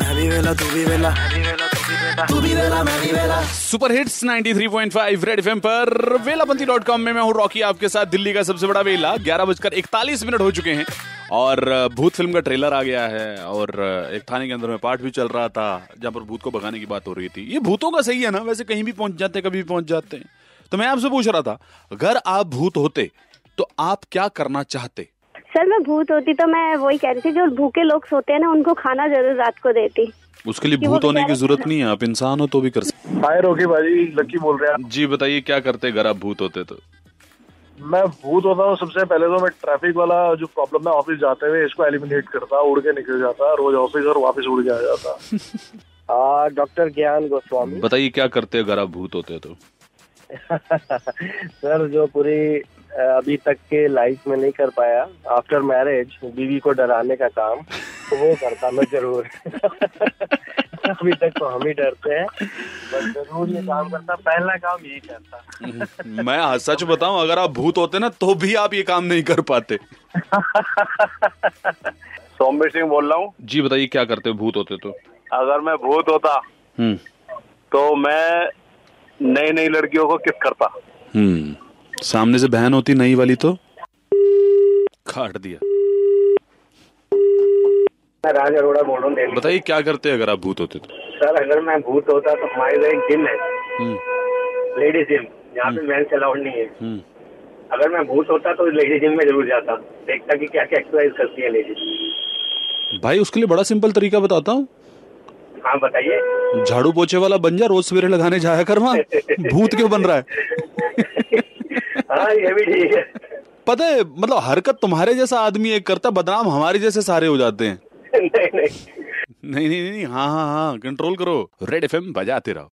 मैं भी वेला तू भी वेला तू भी वेला मैं भी वेला सुपर हिट्स 93.5 रेड एफएम पर वेलापंती.com में मैं हूँ रॉकी आपके साथ दिल्ली का सबसे बड़ा वेला ग्यारह बजकर इकतालीस मिनट हो चुके हैं और भूत फिल्म का ट्रेलर आ गया है और एक थाने के अंदर में पार्ट भी चल रहा था जहाँ पर भूत को भगाने की बात हो रही थी ये भूतों का सही है ना वैसे कहीं भी पहुंच जाते हैं कभी भी पहुंच जाते हैं तो मैं आपसे पूछ रहा था अगर आप भूत होते तो आप क्या करना चाहते सर मैं भूत होती तो मैं वही कह रही थी जो भूखे लोग सोते हैं ना उनको खाना जरूर रात को देती उसके लिए कि वो भूत होने की बेचारे- जरूरत नहीं है आप इंसान हो तो भी कर सकते हाय रोकी भाजी लकी बोल रहे हैं आप। जी बताइए क्या करते अगर आप भूत होते तो मैं भूत होता हूँ सबसे पहले तो मैं ट्रैफिक वाला जो प्रॉब्लम है ऑफिस जाते हुए इसको एलिमिनेट करता उड़ के निकल जाता रोज ऑफिस और वापस उड़ के आ जाता डॉक्टर ज्ञान गोस्वामी बताइए क्या करते अगर आप भूत होते तो सर जो पूरी अ, अभी तक के लाइफ में नहीं कर पाया आफ्टर मैरिज बीवी को डराने का काम तो वो करता मैं जरूर अभी तक तो हम ही डरते हैं बट जरूर ये काम करता पहला काम यही करता मैं हाँ, सच बताऊं अगर आप भूत होते ना तो भी आप ये काम नहीं कर पाते सोमवीर सिंह बोल रहा हूँ जी बताइए क्या करते भूत होते तो अगर मैं भूत होता हम्म तो मैं नई नई लड़कियों को किस करता हम्म सामने से बहन होती नई वाली तो काट दिया मैं राज अरोड़ा बोल रहा हूँ बताइए क्या करते अगर आप भूत होते तो सर अगर मैं भूत होता तो हमारे इधर एक जिम है हम्म लेडीज जिम यहाँ पे मेंस अलाउड नहीं है हम्म अगर मैं भूत होता तो लेडीज जिम में जरूर जाता देखता कि क्या क्या एक्सरसाइज करती है लेडीज भाई उसके लिए बड़ा सिंपल तरीका बताता हूँ हाँ बताइए झाड़ू पोछे वाला बन जा रोज सवेरे लगाने जाया कर वहाँ भूत क्यों बन रहा है हाँ ये भी ठीक है पता है मतलब हरकत तुम्हारे जैसा आदमी एक करता बदनाम हमारे जैसे सारे हो जाते हैं नहीं नहीं नहीं नहीं नहीं हाँ हाँ हाँ कंट्रोल करो रेड एफ बजाते रहो